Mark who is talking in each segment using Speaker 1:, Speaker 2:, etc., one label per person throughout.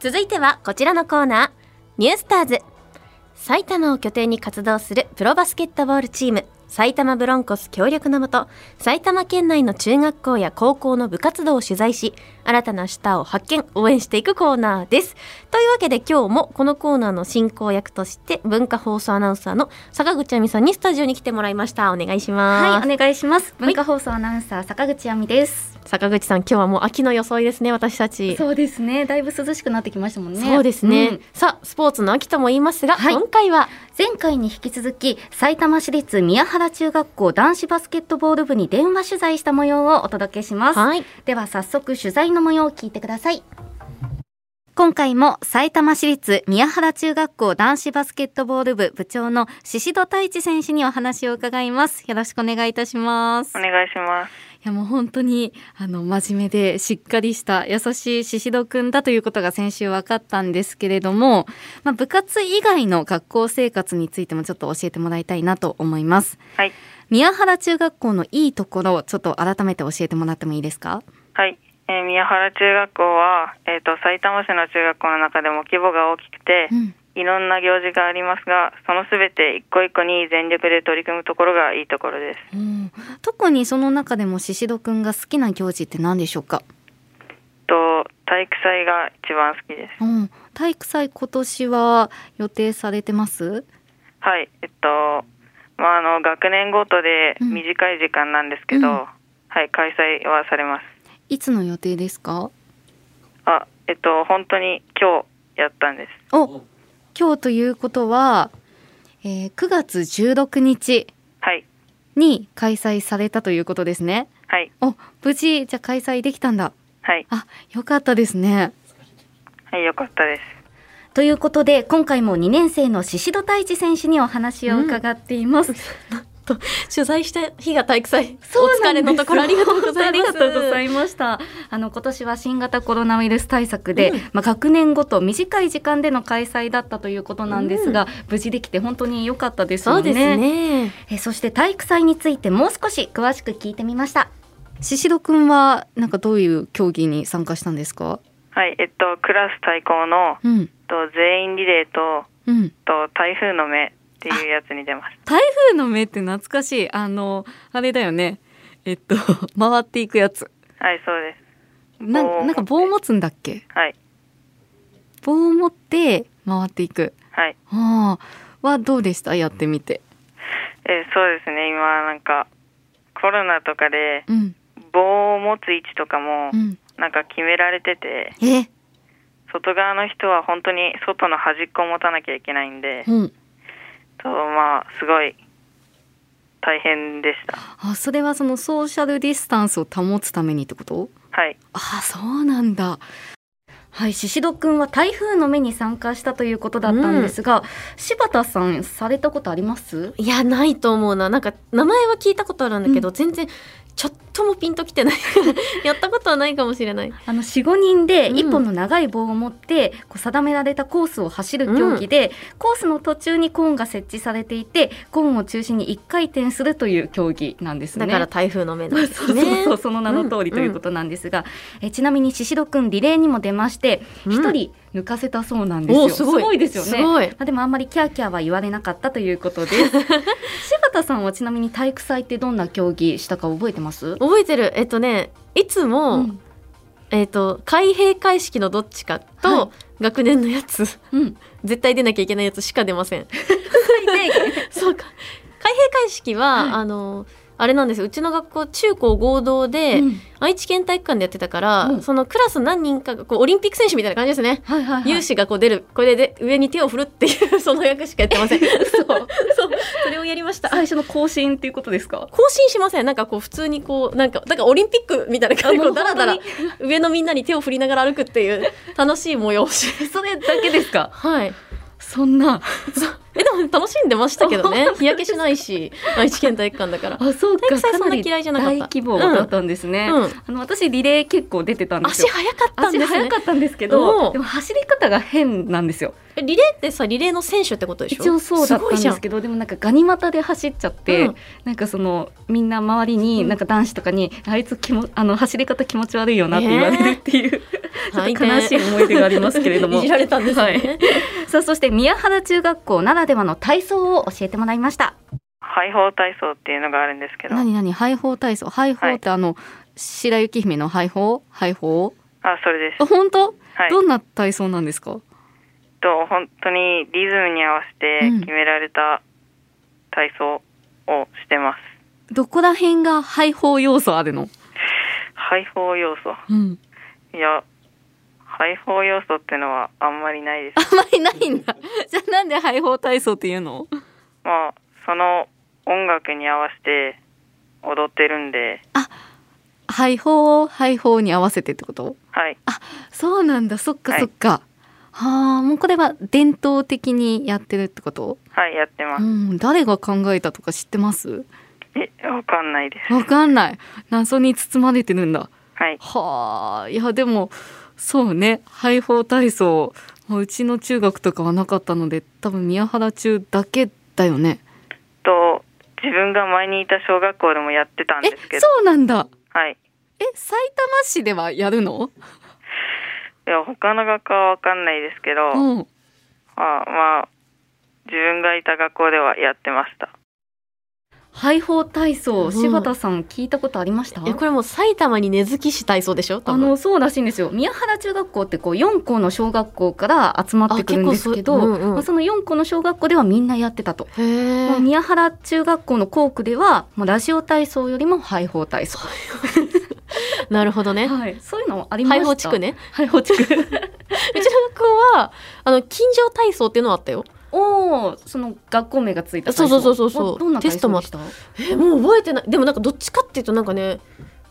Speaker 1: 続いてはこちらのコーナーニュースターズ埼玉を拠点に活動するプロバスケットボールチーム埼玉ブロンコス協力のもと埼玉県内の中学校や高校の部活動を取材し新たなスターを発見応援していくコーナーですというわけで今日もこのコーナーの進行役として文化放送アナウンサーの坂口亜美さんにスタジオに来てもらいましたお願いします、
Speaker 2: はい、お願いします。文化放送アナウンサー坂口亜美です。
Speaker 1: 坂口さん今日はもう秋の装いですね私たち
Speaker 2: そうですね。だいぶ涼しくなってきましたもんね。
Speaker 1: そうですね、
Speaker 2: うん
Speaker 1: さあスポーツの秋とも言いますが、
Speaker 2: はい
Speaker 1: 今回は
Speaker 2: 前回に引き続き、埼玉市立宮原中学校男子バスケットボール部に電話取材した模様をお届けします。
Speaker 1: はい
Speaker 2: では早速取材の模様を聞いてください。今回も埼玉市立宮原中学校男子バスケットボール部部長の宍戸太一選手にお話を伺います。よろしくお願いいたします。
Speaker 3: お願いします。
Speaker 2: いやもう本当にあの真面目でしっかりした優しい宍戸くんだということが先週分かったんですけれども、まあ、部活以外の学校生活についてもちょっと教えてもらいたいなと思います
Speaker 3: はい。
Speaker 2: 宮原中学校のいいところをちょっと改めて教えてもらってもいいですか
Speaker 3: はい。えー宮原中学校は、えっ、と、埼玉市の中学校の中でも規模が大きくて、
Speaker 2: ん
Speaker 3: いろんな行事がありますが、そのすべて一個一個に全力で取り組むところがいいところです。
Speaker 2: うん特にその中でも宍戸くんが好きな行事って何でしょうか、
Speaker 3: と、体育祭が一番好きです。
Speaker 2: うん、体育祭今年は予定されてます
Speaker 3: はい。えっと、まあ、あの、学年ごとで
Speaker 2: うん
Speaker 3: 短い時間なんですけど、
Speaker 2: うん
Speaker 3: はい、開催はされます。
Speaker 2: いつの予定ですか
Speaker 3: あ、えっと、本当に今日やったんです。
Speaker 2: お今日ということは、えー9月16日
Speaker 3: はい。
Speaker 2: に開催されたということですね。
Speaker 3: はい。
Speaker 2: お無事じゃあ開催できたんだ。
Speaker 3: はい。
Speaker 2: あよかったですね。
Speaker 3: はい、よかったです。
Speaker 2: ということで今回も2年生の宍戸太一選手にお話を伺っています。
Speaker 1: 取材した日が体育祭
Speaker 2: そう
Speaker 1: お
Speaker 2: な
Speaker 1: 疲
Speaker 2: んで
Speaker 1: れ
Speaker 2: す
Speaker 1: のところありがとうござい ます
Speaker 2: 本当にありがとうございました。あの今年は新型コロナウイルス対策で、
Speaker 1: うん
Speaker 2: まあ学年ごと短い時間での開催だったということなんですが、無事できて本当に良かったですよ
Speaker 1: そうですね
Speaker 2: えそして体育祭についてもう少し詳しく聞いてみました宍戸くんはなんかどういう競技に参加したんですか
Speaker 3: はい。えっと、クラス対抗の、
Speaker 2: うん
Speaker 3: と全員リレーと
Speaker 2: うん
Speaker 3: と台風の目っていうやつに出ます。
Speaker 2: 台風の目って懐かしいあのあれだよねえっと 回っていくやつ
Speaker 3: はい、そうです。
Speaker 2: な
Speaker 3: 棒を持って
Speaker 2: なんか棒持つんだっけ
Speaker 3: はい、
Speaker 2: 棒を持って回っていく
Speaker 3: はい、
Speaker 2: ああはどうでしたやってみて
Speaker 3: えーそうですね。今なんかコロナとかで
Speaker 2: うん
Speaker 3: 棒を持つ位置とかも
Speaker 2: うん
Speaker 3: なんか決められてて、
Speaker 2: え
Speaker 3: 外側の人は本当に外の端っこを持たなきゃいけないんで、
Speaker 2: うん
Speaker 3: とまあすごい大変でした。
Speaker 2: あそれはそのソーシャルディスタンスを保つためにってこと
Speaker 3: はい、
Speaker 2: ああそうなんだはい宍戸くんは台風の目に参加したということだったんですが、柴田さんされたことあります
Speaker 1: いやないと思うななんか名前は聞いたことあるんだけど、全然ちょっともピンときてない やったことはないかもしれない
Speaker 2: あの45人で
Speaker 1: うん
Speaker 2: 1本の長い棒を持ってこう定められたコースを走る競技で、コースの途中にコーンが設置されていてコーンを中心に1回転するという競技なんですね
Speaker 1: だから台風の目なん
Speaker 2: そう
Speaker 1: です
Speaker 2: そう
Speaker 1: ね
Speaker 2: そうその名の通りということなんですが、えちなみに宍戸くんリレーにも出まして
Speaker 1: うん
Speaker 2: 一人抜かせたそうなんですよ、
Speaker 1: おーすごい
Speaker 2: ですよね
Speaker 1: すごい
Speaker 2: まあ、でもあんまりキャーキャーは言われなかったということ です柴田さんはちなみに体育祭ってどんな競技したか覚えてます
Speaker 1: 覚えてるえっとねいつも、
Speaker 2: うん
Speaker 1: えっと開閉会式のどっちかと、
Speaker 2: は
Speaker 1: 学年のやつ
Speaker 2: うん、
Speaker 1: 絶対出なきゃいけないやつしか出ませんそうか 開閉会式は、
Speaker 2: はい
Speaker 1: あのあれなんですうちの学校中高合同で、
Speaker 2: うん
Speaker 1: 愛知県体育館でやってたから、
Speaker 2: うん
Speaker 1: そのクラス何人かがこうオリンピック選手みたいな感じですね
Speaker 2: はいはい、はい、
Speaker 1: 有志がこう出るこれで上に手を振るっていう その役しかやってませんそうそれをやりました
Speaker 2: 最初の更新っていうことですか
Speaker 1: 更新しませんなんかこう普通にこうなんかだからオリンピックみたいな感じでこうダラダラ上のみんなに手を振りながら歩くっていう楽しい催し
Speaker 2: それだけですか
Speaker 1: はい
Speaker 2: そんな
Speaker 1: えででも楽しんでましたけどね日焼けしないし愛知県体育館だから
Speaker 2: あそう
Speaker 1: 体
Speaker 2: か
Speaker 1: 育祭
Speaker 2: か
Speaker 1: そん
Speaker 2: な
Speaker 1: な
Speaker 2: り
Speaker 1: 嫌いじゃなかった
Speaker 2: 大規模だったんですね、
Speaker 1: うん
Speaker 2: あの私リレー結構出てたんで
Speaker 1: 足
Speaker 2: すよ
Speaker 1: 早かったん
Speaker 2: 足
Speaker 1: です
Speaker 2: 速
Speaker 1: ね
Speaker 2: かったんですけ
Speaker 1: うん
Speaker 2: どでも走り方が変なんですよ
Speaker 1: えリレーってさリレーの選手ってことでしょ
Speaker 2: 一応そうだったんです
Speaker 1: ごいじ
Speaker 2: けどでもなんかガニ股で走っちゃって、
Speaker 1: うん
Speaker 2: なんかそのみんな周りに、
Speaker 1: うん
Speaker 2: なんか男子とかにあいつ気もあの走り方気持ち悪いよなって言われるっていう、
Speaker 1: ゃん
Speaker 2: ちょっと悲しい思い出がありますけれども
Speaker 1: いじられたんですね、
Speaker 2: はいさあそして宮原中学校ならではの体操を教えてもらいました
Speaker 3: 配報体操っていうのがあるんですけど
Speaker 2: 何何配法体操配法ってあの、白雪姫の配法配法
Speaker 3: あそれです
Speaker 2: あ本当、
Speaker 3: はい
Speaker 2: どんな体操なんですか
Speaker 3: と本当にリズムに合わせて決められた体操をしてます、
Speaker 2: どこら辺が配法要素あるの、
Speaker 3: 配報要素
Speaker 2: うん、
Speaker 3: いや配報要素ってのはあんまりないです
Speaker 2: あんまりないんだ じゃあなんで配法体操っていうの
Speaker 3: まあその音楽に合わせて踊ってるんで
Speaker 2: 配法配法に合わせてってこと
Speaker 3: はい
Speaker 2: そうなんだそっか
Speaker 3: はい
Speaker 2: そっか、はあもうこれは伝統的にやってるってこと、
Speaker 3: はいやってま
Speaker 2: う
Speaker 3: す
Speaker 2: ん、誰が考えたとか知ってます
Speaker 3: えわかんないです
Speaker 2: わかんない謎に包まれてるんだ
Speaker 3: はい
Speaker 2: はあいやでもそうね配法体操もううちの中学とかはなかったので多分宮原中だけだよね
Speaker 3: と自分が前にいた小学校でもやってたん
Speaker 2: え
Speaker 3: ですけど
Speaker 2: そうなんだ
Speaker 3: はい
Speaker 2: え埼玉市ではやるの
Speaker 3: いや他の学科はわかんないですけど、
Speaker 2: うん
Speaker 3: まあまあ自分がいた学校ではやってました
Speaker 2: 配法体操
Speaker 1: うん
Speaker 2: 柴田さん聞いたことありました
Speaker 1: えこれもう埼玉に根付きし体操でしょ多
Speaker 2: あ
Speaker 1: 分
Speaker 2: のそうらしいんですよ宮原中学校ってこう4校の小学校から集まってくるんですけど
Speaker 1: あ
Speaker 2: そ,、
Speaker 1: 結構そううんうん
Speaker 2: まあ、その4校の小学校ではみんなやってたと、
Speaker 1: へえ
Speaker 2: まあ宮原中学校の校区ではもうラジオ体操よりも配法体操、
Speaker 1: なるほどね
Speaker 2: はい、そういうのありました
Speaker 1: 廃法地区ね
Speaker 2: 配法地区
Speaker 1: うちの学校はあの近所体操っていうのはあったよ
Speaker 2: おーその学校名がついた体操
Speaker 1: そうそうそうそうそう
Speaker 2: おどんな体
Speaker 1: テストも
Speaker 2: 操
Speaker 1: あっ
Speaker 2: でした
Speaker 1: えもう覚えてないでもなんかどっちかっていうとなんかね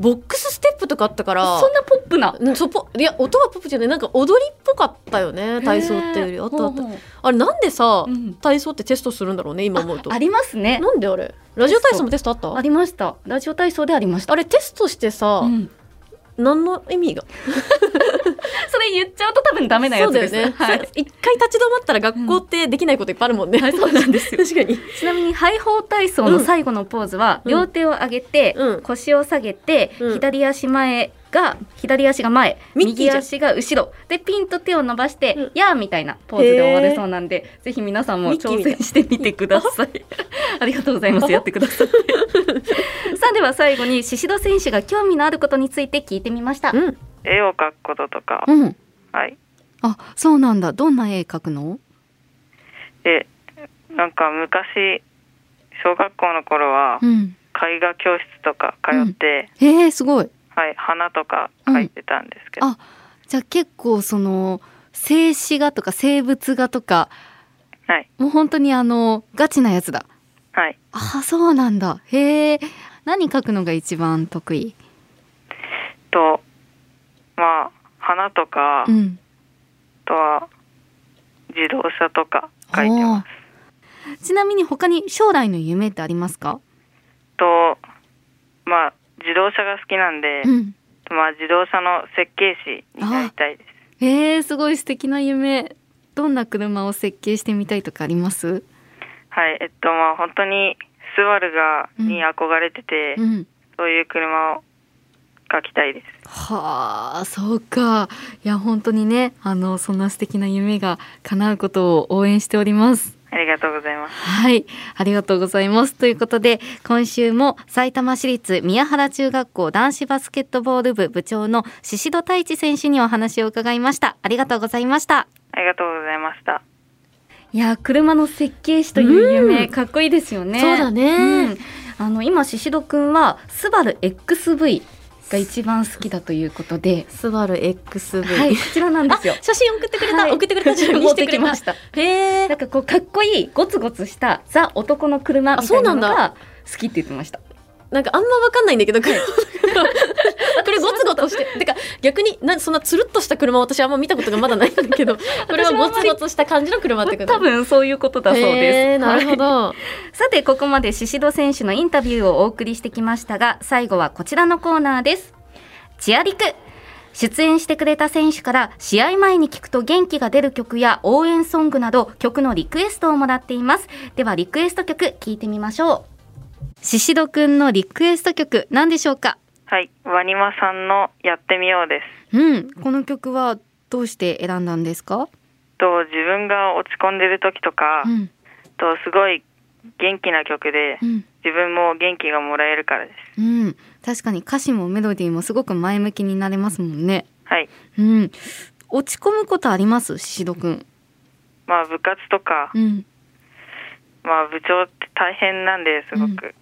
Speaker 1: ボックスステップとかあったから
Speaker 2: そんなポップな
Speaker 1: うんそぽいや音はポップじゃないなんか踊りっぽかったよね体操っていうよりあったあった
Speaker 2: へーほうほ
Speaker 1: あれなんでさ、
Speaker 2: ううん
Speaker 1: 体操ってテストするんだろうね今思うと
Speaker 2: ありますね
Speaker 1: なんであれラジオ体操もテストあった
Speaker 2: ありましたラジオ体操でありました
Speaker 1: あれテストしてさ、
Speaker 2: うん
Speaker 1: 何の意味が
Speaker 2: それ言っちゃうと多分ダメなや
Speaker 1: そ
Speaker 2: つ
Speaker 1: うだ
Speaker 2: で
Speaker 1: よ
Speaker 2: す。
Speaker 1: ね、
Speaker 2: は
Speaker 1: そう
Speaker 2: い。
Speaker 1: 一回立ち止まったら学校ってできないこといっぱいあるもんね、
Speaker 2: はいそうなんです よ
Speaker 1: 確かに
Speaker 2: ちなみに背法体操の最後のポーズは、
Speaker 1: うん
Speaker 2: 両手を上げて、
Speaker 1: うん
Speaker 2: 腰を下げて、
Speaker 1: うん
Speaker 2: 左足前が左足が前、
Speaker 1: ミッキーじ
Speaker 2: 右
Speaker 1: ゃん
Speaker 2: 足が後ろでピンと手を伸ばして、
Speaker 1: うん
Speaker 2: やーみたいなポーズで終わるそうなんで、ぜひ皆さんも
Speaker 1: ミッキー
Speaker 2: 挑
Speaker 1: みたい
Speaker 2: 戦してみてくだ さい。ありがとうございます。やってください。 さあでは最後に宍戸選手が興味のあることについて聞いてみました。
Speaker 1: うん
Speaker 3: 絵を描くこととか、
Speaker 2: うん。
Speaker 3: はい
Speaker 2: あ、そうなんだ。どんな絵描くの？
Speaker 3: でなんか昔小学校の頃は
Speaker 2: うん。
Speaker 3: 絵画教室とか通って、
Speaker 2: へえ、すごい。
Speaker 3: はい花とか描いてたんですけど、
Speaker 2: うんあじゃあ結構その静止画とか生物画とか
Speaker 3: はい
Speaker 2: もう本当にあのガチなやつだ
Speaker 3: はい
Speaker 2: ああそうなんだへえ何描くのが一番得意
Speaker 3: とまあ花とか、
Speaker 2: う
Speaker 3: あ
Speaker 2: ん
Speaker 3: とは自動車とか描いてます
Speaker 2: おーちなみに他に将来の夢ってありますか、
Speaker 3: とまあ自動車が好きなんで、
Speaker 2: うん
Speaker 3: まあ自動車の設計士になりたいです
Speaker 2: へえすごい素敵な夢どんな車を設計してみたいとかあります
Speaker 3: はいえっとまあ本当にスバルがに憧れてて、
Speaker 2: うん
Speaker 3: そういう車を描きたいです
Speaker 2: はあそうかいや本当にねあのそんな素敵な夢が叶うことを応援しております
Speaker 3: ありがとうございます
Speaker 2: はい、ありがとうございます。ということで、今週も埼玉市立宮原中学校男子バスケットボール部部長の宍戸太一選手にお話を伺いました。ありがとうございました。
Speaker 3: ありがとうございました
Speaker 2: いや、車の設計士という
Speaker 1: う
Speaker 2: 夢、
Speaker 1: ん
Speaker 2: かっこいいですよね。
Speaker 1: そうだね
Speaker 2: うんあの、今、宍戸くんは、スバル XV が一番好きだということで、
Speaker 1: スバル XV、
Speaker 2: はい、こちらなんですよ。
Speaker 1: 写真送ってくれた、
Speaker 2: はい
Speaker 1: 送って くれた自分に
Speaker 2: 持っ
Speaker 1: して
Speaker 2: て
Speaker 1: く
Speaker 2: き
Speaker 1: れ
Speaker 2: ま
Speaker 1: ま
Speaker 2: し。
Speaker 1: したたへ
Speaker 2: なん
Speaker 1: え
Speaker 2: かこうかっこいいゴツゴツしたザ男の車みたいなの
Speaker 1: あそうな
Speaker 2: が好きって言ってました。
Speaker 1: なんかあんまわかんないんだけど車 これゴツゴツしててか逆になそんなつるっとした車私あんま見たことがまだないんだけ どこれはゴツゴツした感じの車ってこと
Speaker 2: 多分そういうことだそう
Speaker 1: へ
Speaker 2: で
Speaker 1: ー
Speaker 2: す。
Speaker 1: なるほど、
Speaker 2: はいさてここまで宍戸選手のインタビューをお送りしてきましたが最後はこちらのコーナーですチアリク出演してくれた選手から試合前に聞くと元気が出る曲や応援ソングなど曲のリクエストをもらっていますではリクエスト曲聞いてみましょう宍戸くんのリクエスト曲何でしょうか
Speaker 3: はい、ワニマさんのやってみようです。
Speaker 2: うんこの曲はどうして選んだんですか
Speaker 3: と自分が落ち込んでる時とか、
Speaker 2: うん
Speaker 3: とすごい元気な曲で
Speaker 2: うん
Speaker 3: 自分も元気がもらえるからです。
Speaker 2: うん確かに歌詞もメロディーもすごく前向きになれますもんね
Speaker 3: はい、
Speaker 2: うん。落ち込むことあります、シドくん。
Speaker 3: まあ部活とか、
Speaker 2: うん。
Speaker 3: まあ部長って大変なんですごく、
Speaker 2: うん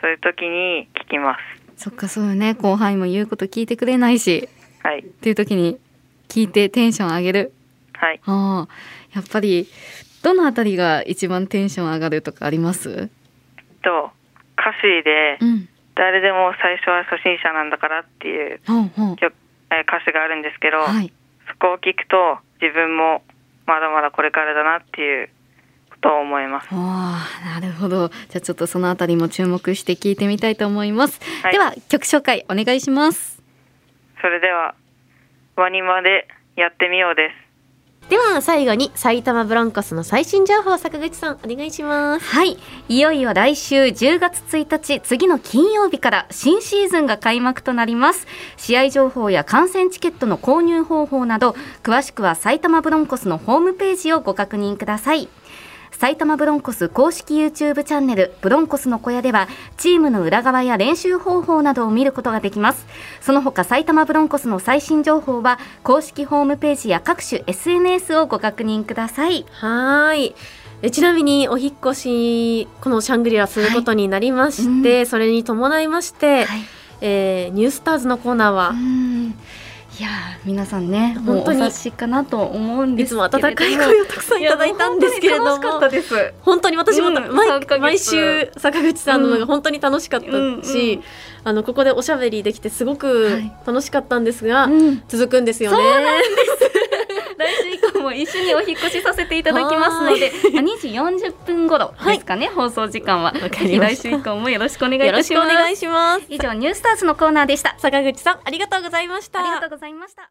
Speaker 3: そういう時に聞きます。
Speaker 2: そっか、そうよね。後輩も言うこと聞いてくれないし、
Speaker 3: はい、
Speaker 2: っていう時に聞いてテンション上げる。
Speaker 3: はい、
Speaker 2: ああ、やっぱり、どのあたりが一番テンション上がるとかあります
Speaker 3: と歌詞で
Speaker 2: ん。
Speaker 3: 誰でも最初は初心者なんだからっていう
Speaker 2: ほうほう。
Speaker 3: 曲え歌詞があるんですけど、
Speaker 2: はい。
Speaker 3: そこを聞くと自分もまだまだこれからだなっていうことを思います。
Speaker 2: ああ、なるほど。じゃあちょっとそのあたりも注目して聞いてみたいと思います。
Speaker 3: はい
Speaker 2: では、曲紹介お願いします。
Speaker 3: それではワニマでやってみようです。
Speaker 1: では最後に埼玉ブロンコスの最新情報を坂口さんお願いします
Speaker 2: はい。いよいよ来週10月1日、次の金曜日から新シーズンが開幕となります。試合情報や観戦チケットの購入方法など、詳しくは埼玉ブロンコスのホームページをご確認ください。埼玉ブロンコス公式 YouTube チャンネルブロンコスの小屋ではチームの裏側や練習方法などを見ることができますその他埼玉ブロンコスの最新情報は公式ホームページや各種 SNS をご確認ください
Speaker 1: はーい。えちなみにお引っ越しこのシャングリラすることになりまして、
Speaker 2: は
Speaker 1: それに伴いまして、
Speaker 2: い
Speaker 1: えーニュースターズのコーナーは
Speaker 2: う、んいやー皆さんねもう
Speaker 1: 本当に
Speaker 2: お察しかなと思うん
Speaker 1: い
Speaker 2: で
Speaker 1: つ
Speaker 2: すけれ
Speaker 1: も
Speaker 2: ども
Speaker 1: 温かい声をたくさんいただいたんですけれども
Speaker 2: いや本当に楽しかったです
Speaker 1: 本当に私もた、
Speaker 2: うん
Speaker 1: 毎
Speaker 2: 三ヶ月
Speaker 1: 毎週坂口さんのの
Speaker 2: う
Speaker 1: が
Speaker 2: ん
Speaker 1: 本当に楽しかったし、
Speaker 2: うんうん
Speaker 1: あのここでおしゃべりできてすごく
Speaker 2: はい
Speaker 1: 楽しかったんですが、
Speaker 2: うん
Speaker 1: 続くんですよね。
Speaker 2: 来週以降も一緒にお引っ越しさせていただきますので まあ2時40分頃ですかね、放送時間は
Speaker 1: かりました
Speaker 2: ぜひ来週以降もよろしくお願いい
Speaker 1: よろ
Speaker 2: た
Speaker 1: し
Speaker 2: し
Speaker 1: くお
Speaker 2: ます
Speaker 1: 願いします。
Speaker 2: 以上ニュースターズのコーナーでした
Speaker 1: 坂口さんありがとうございました。
Speaker 2: ありがとうございました